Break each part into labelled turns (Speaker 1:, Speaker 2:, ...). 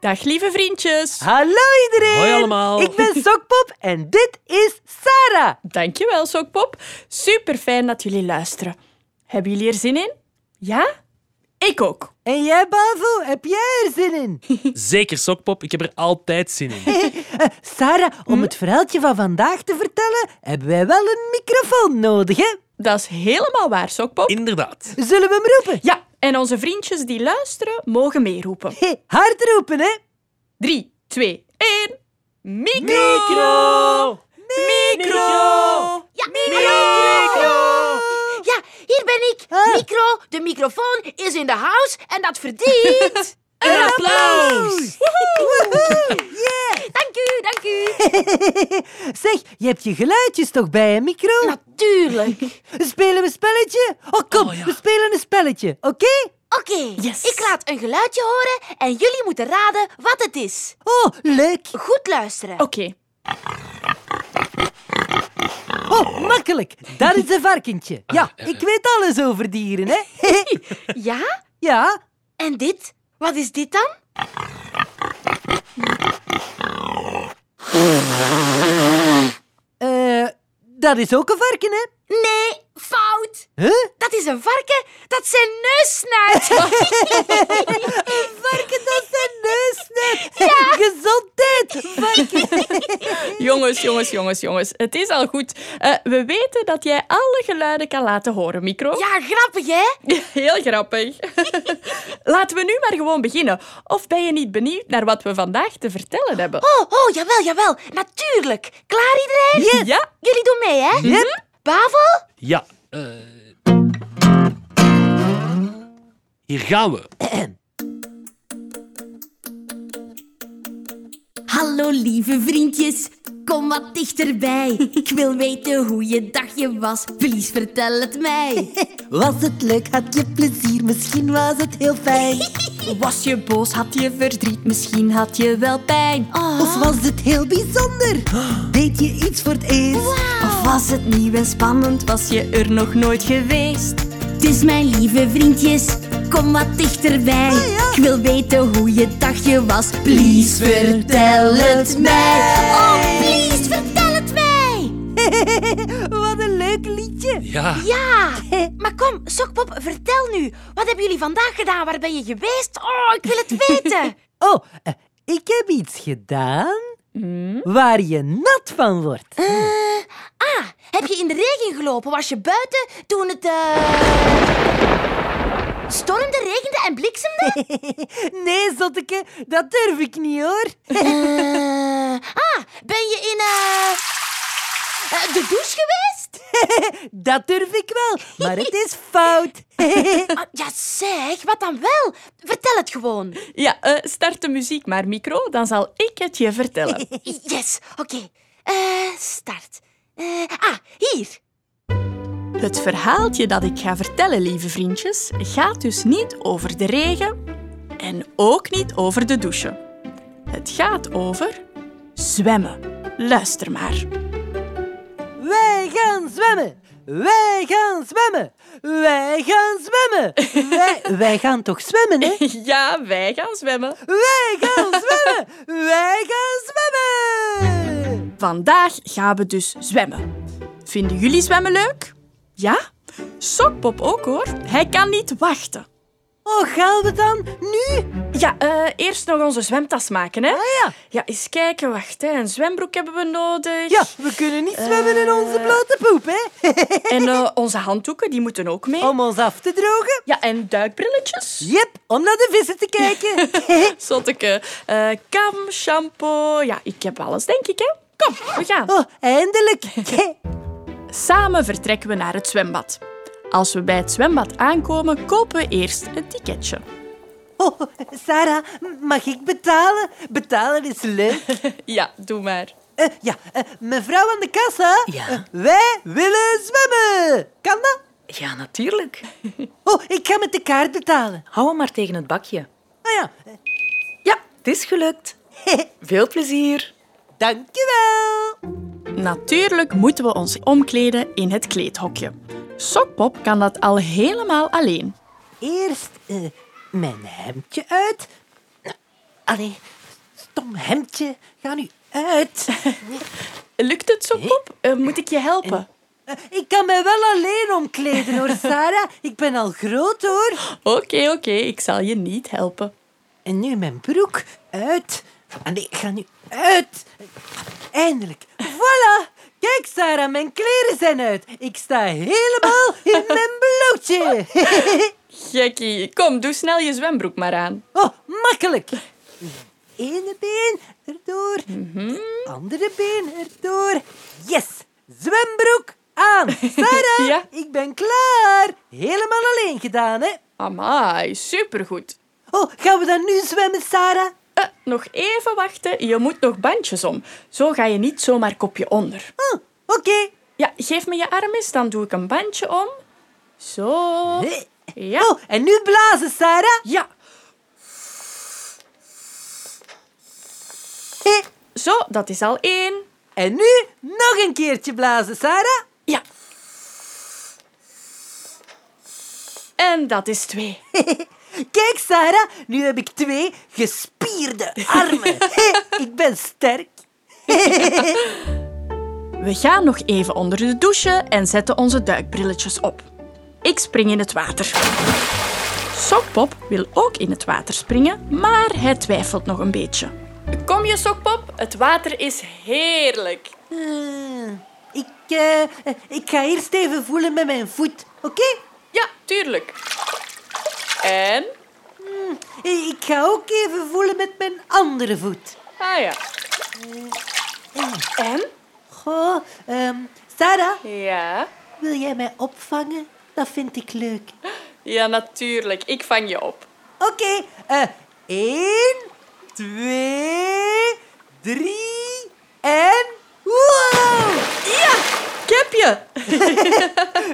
Speaker 1: Dag lieve vriendjes.
Speaker 2: Hallo iedereen!
Speaker 3: Hoi allemaal.
Speaker 2: Ik ben Sokpop en dit is Sarah.
Speaker 1: Dankjewel, Sokpop. Super fijn dat jullie luisteren. Hebben jullie er zin in? Ja? Ik ook.
Speaker 2: En jij, Bavo, heb jij er zin in?
Speaker 3: Zeker Sokpop, ik heb er altijd zin in.
Speaker 2: Sarah, om het verhaaltje van vandaag te vertellen, hebben wij wel een microfoon nodig, hè?
Speaker 1: Dat is helemaal waar, Sokpop.
Speaker 3: Inderdaad.
Speaker 2: Zullen we hem roepen?
Speaker 1: Ja, en onze vriendjes die luisteren mogen meeroepen.
Speaker 2: Hey, hard roepen, hè?
Speaker 1: 3, 2, 1. Micro!
Speaker 3: Oh.
Speaker 2: Micro!
Speaker 1: Micro!
Speaker 4: Ja, Ja, hier ben ik.
Speaker 2: Ah.
Speaker 4: Micro, de microfoon is in de house en dat verdient.
Speaker 1: Een applaus!
Speaker 2: Woehoe, yeah.
Speaker 4: dank u, dank u.
Speaker 2: Zeg, je hebt je geluidjes toch bij, hè, micro?
Speaker 4: Natuurlijk.
Speaker 2: Spelen we een spelletje? Oh, kom,
Speaker 3: Oh, ja.
Speaker 2: we spelen een spelletje, oké?
Speaker 4: Oké,
Speaker 1: Yes.
Speaker 4: ik laat een geluidje horen en jullie moeten raden wat het is.
Speaker 2: Oh, leuk.
Speaker 4: Goed luisteren.
Speaker 1: Oké,
Speaker 2: Oh, makkelijk. Dat is een varkentje. Ja, ik weet alles over dieren, hè?
Speaker 4: Ja?
Speaker 2: Ja,
Speaker 4: En dit? Wat is dit dan?
Speaker 2: eh, dat is ook een varken, hè?
Speaker 4: Nee, fout.
Speaker 2: Huh?
Speaker 4: Dat is een varken dat zijn neus snuit.
Speaker 2: Varken, dat zijn neusnet. Ja. Gezondheid.
Speaker 1: jongens, jongens, jongens, jongens. Het is al goed. Eh, we weten dat jij alle geluiden kan laten horen, Micro.
Speaker 4: ja, grappig hè?
Speaker 1: Heel grappig. Laten we nu maar gewoon beginnen. Of ben je niet benieuwd naar wat we vandaag te vertellen hebben?
Speaker 4: Oh, oh, jawel, jawel. Natuurlijk. Klaar iedereen?
Speaker 1: Ja?
Speaker 4: Jullie doen mee hè?
Speaker 2: Yep.
Speaker 4: Bavel?
Speaker 3: Ja. eh. Hier gaan we.
Speaker 5: Hallo lieve vriendjes, kom wat dichterbij. Ik wil weten hoe je dagje was, please vertel het mij.
Speaker 2: Was het leuk? Had je plezier? Misschien was het heel fijn.
Speaker 5: Was je boos, had je verdriet, misschien had je wel pijn. Oh.
Speaker 2: Of was het heel bijzonder? Deed je iets voor het eerst? Oh,
Speaker 5: Of was het nieuw en spannend, was je er nog nooit geweest? Dus mijn lieve vriendjes, kom wat dichterbij.
Speaker 2: ja.
Speaker 5: Ik wil weten hoe je dagje was, please vertel het mij. Oh, please vertel het mij.
Speaker 2: Wat een leuk liedje.
Speaker 3: Ja.
Speaker 4: Ja. Ah, Maar kom, Sokpop, vertel nu. Wat hebben jullie vandaag gedaan? Waar ben je geweest? Oh, ik wil het weten.
Speaker 2: Oh, eh, ik heb iets gedaan waar je nat van wordt.
Speaker 4: Ah, heb je in de regen gelopen? Was je buiten toen het... eh, Stormde, regende en bliksemde?
Speaker 2: Nee, zotteke, dat durf ik niet hoor.
Speaker 4: Eh, ah, ben je in... eh, eh, de douche geweest?
Speaker 2: Dat durf ik wel, maar het is fout.
Speaker 4: Ah, ja, zeg, wat dan wel? Vertel het gewoon.
Speaker 1: Ja, eh, start de muziek maar, Micro. Dan zal ik het je vertellen.
Speaker 4: Yes, oké. Eh, start. Eh, ah, hier.
Speaker 1: Het verhaaltje dat ik ga vertellen, lieve vriendjes, gaat dus niet over de regen en ook niet over de douche. Het gaat over zwemmen. Luister maar.
Speaker 2: Wij gaan zwemmen. Wij gaan zwemmen. Wij gaan zwemmen. Wij, wij gaan toch zwemmen, hè?
Speaker 1: Ja, wij gaan zwemmen.
Speaker 2: Wij gaan zwemmen. Wij gaan zwemmen.
Speaker 1: Vandaag gaan we dus zwemmen. Vinden jullie zwemmen leuk? Ja? Sokpop ook hoor. Hij kan niet wachten.
Speaker 2: Oh, gaan we dan nu?
Speaker 1: Ja, eh, eerst nog onze zwemtas maken, hè?
Speaker 2: Ah, ja.
Speaker 1: Ja, eens kijken, wacht. Hè. Een zwembroek hebben we nodig.
Speaker 2: Ja, we kunnen niet zwemmen in onze blote poep, hè?
Speaker 1: En eh, onze handdoeken, die moeten ook mee.
Speaker 2: Om ons af te drogen.
Speaker 1: Ja, en duikbrilletjes.
Speaker 2: Jep, om naar de vissen te kijken.
Speaker 1: Zotteke. eh kam, shampoo. Ja, ik heb alles, denk ik, hè? Kom, we gaan.
Speaker 2: Oh, eindelijk.
Speaker 1: Samen vertrekken we naar het zwembad. Als we bij het zwembad aankomen, kopen we eerst een ticketje.
Speaker 2: Oh, Sarah, mag ik betalen? Betalen is leuk.
Speaker 1: Ja, doe maar.
Speaker 2: Eh, ja, eh, mevrouw aan de kassa.
Speaker 6: Ja.
Speaker 2: Eh, wij willen zwemmen. Kan dat?
Speaker 6: Ja, natuurlijk.
Speaker 2: Oh, ik ga met de kaart betalen.
Speaker 6: Hou hem maar tegen het bakje.
Speaker 2: Ah ja, eh,
Speaker 6: Ja, het is gelukt. Veel plezier.
Speaker 2: dankjewel.
Speaker 1: Natuurlijk moeten we ons omkleden in het kleedhokje. Sokpop kan dat al helemaal alleen.
Speaker 2: Eerst eh, mijn hemdje uit. Nou, Allee, stom hemdje, ga nu uit.
Speaker 1: Lukt het, Sokpop? Eh, moet ik je helpen?
Speaker 2: Eh, Ik kan mij wel alleen omkleden hoor, Sarah. Ik ben al groot hoor.
Speaker 1: Oké, oké, ik zal je niet helpen.
Speaker 2: En nu mijn broek uit. Ah, nee, ik ga nu uit. Eindelijk. Voilà. Kijk, Sarah, mijn kleren zijn uit. Ik sta helemaal in mijn blootje.
Speaker 1: Gekkie, kom, doe snel je zwembroek maar aan.
Speaker 2: Oh, makkelijk. Ene been erdoor.
Speaker 1: Mhm.
Speaker 2: Andere been erdoor. Yes. Zwembroek aan. Sarah,
Speaker 1: Ja.
Speaker 2: ik ben klaar. Helemaal alleen gedaan, hè?
Speaker 1: Amai, supergoed.
Speaker 2: Oh, gaan we dan nu zwemmen, Sarah?
Speaker 1: Eh, nog even wachten, je moet nog bandjes om. Zo ga je niet zomaar kopje onder.
Speaker 2: Oh, oké.
Speaker 1: Ja, geef me je arm eens, dan doe ik een bandje om. Zo.
Speaker 2: Eh,
Speaker 1: Ja.
Speaker 2: Oh, en nu blazen, Sarah.
Speaker 1: Ja,
Speaker 2: Eh,
Speaker 1: zo, dat is al één.
Speaker 2: En nu nog een keertje blazen, Sarah.
Speaker 1: Ja. En dat is twee.
Speaker 2: Kijk, Sarah, nu heb ik twee gespierde armen. Eh, ik ben sterk.
Speaker 1: We gaan nog even onder de douche en zetten onze duikbrilletjes op. Ik spring in het water. Sokpop wil ook in het water springen, maar hij twijfelt nog een beetje. Kom je, Sokpop? Het water is heerlijk.
Speaker 2: Eh, ik, eh, eh, ik ga eerst even voelen met mijn voet, oké?
Speaker 1: Ja, tuurlijk. En?
Speaker 2: Eh, Ik ga ook even voelen met mijn andere voet.
Speaker 1: Ah ja. En?
Speaker 2: Goh, ehm, Sarah,
Speaker 1: Ja.
Speaker 2: wil jij mij opvangen? Dat vind ik leuk.
Speaker 1: Ja, natuurlijk. Ik vang je op.
Speaker 2: Oké, eh één, twee, drie en... Wow!
Speaker 1: Ja, ik heb je.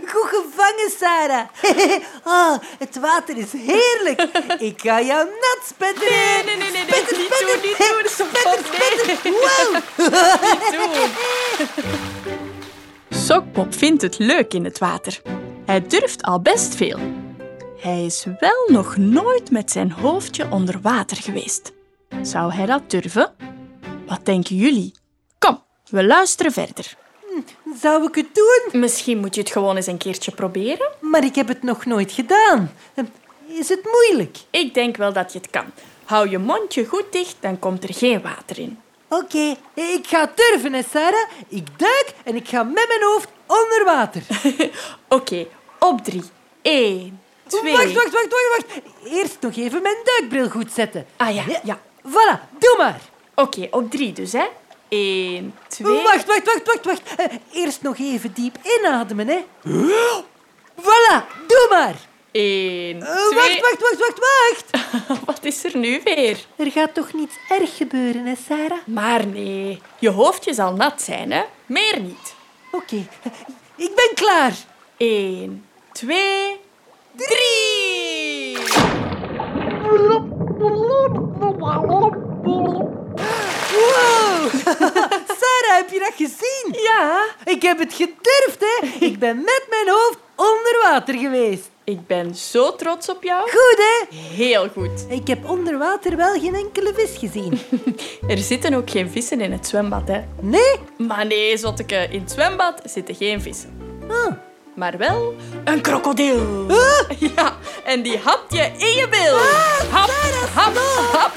Speaker 2: Goed gevangen, Sarah. oh, het water is heerlijk. Ik ga jou nat spetteren.
Speaker 1: Nee, nee, nee, nee, nee. Niet doen, niet doen,
Speaker 2: Spetter,
Speaker 1: Sokpop, nee.
Speaker 2: spetter. Wow.
Speaker 1: Sokpop vindt het leuk in het water. Hij durft al best veel. Hij is wel nog nooit met zijn hoofdje onder water geweest. Zou hij dat durven? Wat denken jullie? Kom, we luisteren verder.
Speaker 2: Zou ik het doen?
Speaker 1: Misschien moet je het gewoon eens een keertje proberen.
Speaker 2: Maar ik heb het nog nooit gedaan. Is het moeilijk?
Speaker 1: Ik denk wel dat je het kan. Hou je mondje goed dicht, dan komt er geen water in.
Speaker 2: Oké, ik ga durven, hè, Sarah. Ik duik en ik ga met mijn hoofd onder water.
Speaker 1: Oké, op drie. Eén, twee...
Speaker 2: Wacht, wacht, wacht, wacht, wacht. Eerst nog even mijn duikbril goed zetten.
Speaker 1: Ah ja, ja.
Speaker 2: Voilà, doe maar.
Speaker 1: Oké, op drie dus, hè. Eén, twee...
Speaker 2: Wacht, wacht, wacht, wacht, wacht. Eh, eerst nog even diep inademen, hè. Voilà, doe maar.
Speaker 1: Eén,
Speaker 2: Eh,
Speaker 1: twee...
Speaker 2: Wacht, wacht, wacht, wacht, wacht.
Speaker 1: Wat is er nu weer?
Speaker 2: Er gaat toch niets erg gebeuren, hè, Sarah?
Speaker 1: Maar nee, je hoofdje zal nat zijn, hè? Meer niet.
Speaker 2: Oké, eh, ik ben klaar.
Speaker 1: Eén, twee, drie!
Speaker 2: Wow!
Speaker 1: Oh.
Speaker 2: Sarah, heb je dat gezien?
Speaker 1: Ja,
Speaker 2: Ik heb het gedurfd, hè? Ik ben met mijn hoofd onder water geweest.
Speaker 1: ik ben zo trots op jou.
Speaker 2: Goed, hè?
Speaker 1: Heel goed.
Speaker 2: Ik heb onder water wel geen enkele vis gezien.
Speaker 1: Er zitten ook geen vissen in het zwembad, hè?
Speaker 2: Nee?
Speaker 1: Maar nee, zotteke, in het zwembad zitten geen vissen.
Speaker 2: Ah.
Speaker 1: Maar wel een krokodil.
Speaker 2: Ah,
Speaker 1: Ja, en die hapt je in je bil. Hap, hap, hap,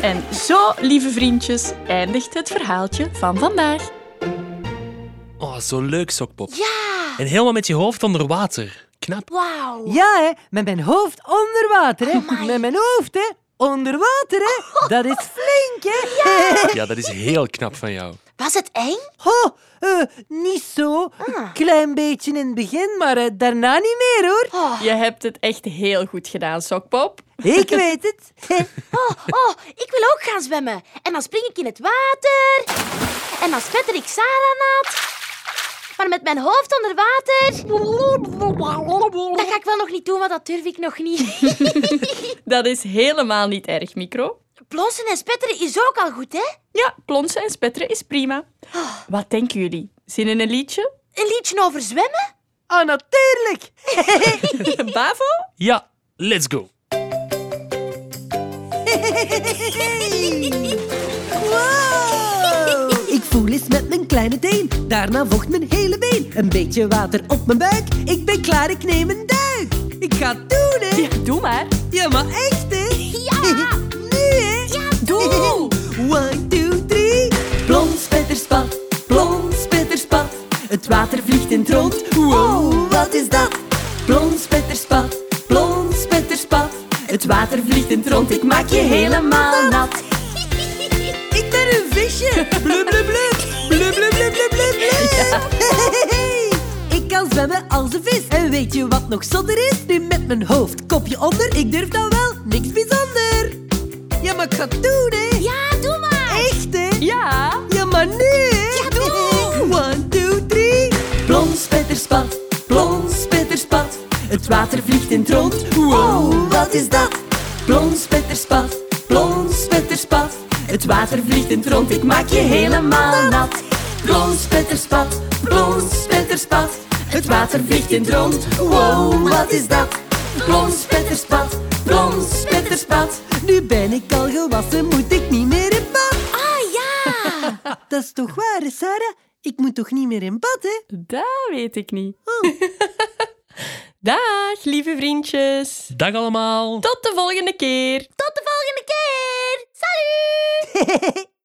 Speaker 1: En zo, lieve vriendjes, eindigt het verhaaltje van vandaag.
Speaker 3: Oh, zo leuk, Sokpop. Ja. En helemaal met je hoofd onder water. Knap.
Speaker 4: Wauw.
Speaker 2: Ja, hè? Met mijn hoofd onder water, hè? met mijn hoofd, hè? Onder water, hè? Dat is flink, hè?
Speaker 3: Ja, dat is heel knap van jou.
Speaker 4: Was het eng?
Speaker 2: Ho, eh, niet zo. Een klein beetje in het begin, maar eh, daarna niet meer, hoor.
Speaker 1: Je hebt het echt heel goed gedaan, Sokpop.
Speaker 2: Ik weet het.
Speaker 4: Oh, oh, ik wil ook gaan zwemmen. En dan spring ik in het water. En dan spetter ik Sarah nat. Maar met mijn hoofd onder water... Dat ga ik wel nog niet doen, want dat durf ik nog niet.
Speaker 1: Dat is helemaal niet erg, Micro.
Speaker 4: Blozen en spetteren is ook al goed, hè?
Speaker 1: Ja, plonsen en spetteren is prima. Wat denken jullie? Zin in een liedje?
Speaker 4: Een liedje over zwemmen?
Speaker 2: Oh, natuurlijk.
Speaker 1: Bavo?
Speaker 3: Ja, let's go.
Speaker 2: Wow! Ik voel eens met mijn kleine teen, daarna vocht mijn hele been. Een beetje water op mijn buik, ik ben klaar, ik neem een duik. Ik ga het doen, hè?
Speaker 1: Ja, doe maar.
Speaker 2: Ja, maar echt, hè?
Speaker 4: Ja.
Speaker 2: nu, hè? Ja,
Speaker 1: doe.
Speaker 2: One, two, three. Plons, spetterspat, plons, spetterspat. Het water vliegt en troont. Wow, wat is dat? Plons, spetterspat, plons, spetterspat. Het water vliegt en troont, ik maak je helemaal nat. Ik ben een visje. Blub, blub, blub. Blub, blub, blub, blub, blub, blub. Ik kan zwemmen als een vis. En weet je wat nog zonder is? Nu met mijn hoofd, kopje onder. Ik durf dan wel, niks bijzonder. Ja, maar ik ga het doen, hè.
Speaker 4: Ja, doe maar.
Speaker 2: Echt, hè?
Speaker 1: Ja.
Speaker 2: Ja, maar nu, hè.
Speaker 4: Ja, doe.
Speaker 2: One, two, three. Plons, spetterspat. Plons, spetterspat. Het water vliegt en troont. Wow, wat is dat? Plons, spetterspat. Plons, spetterspat. Het water vliegt en troont. Ik maak je helemaal nat. Plons, spetterspat. Plons, spetterspat. Het water vliegt en troont. Wow, wat is dat? Plons, spetterspat. Plons, spetterspat. Nu ben ik al gewassen, moet ik niet meer in bad.
Speaker 4: Ah ja.
Speaker 2: Dat is toch waar, hè, Sarah? Ik moet toch niet meer in bad, hè?
Speaker 1: Dat weet ik niet. Dag, lieve vriendjes.
Speaker 3: Dag allemaal.
Speaker 1: Tot de volgende keer.
Speaker 4: Tot de volgende keer. Salut.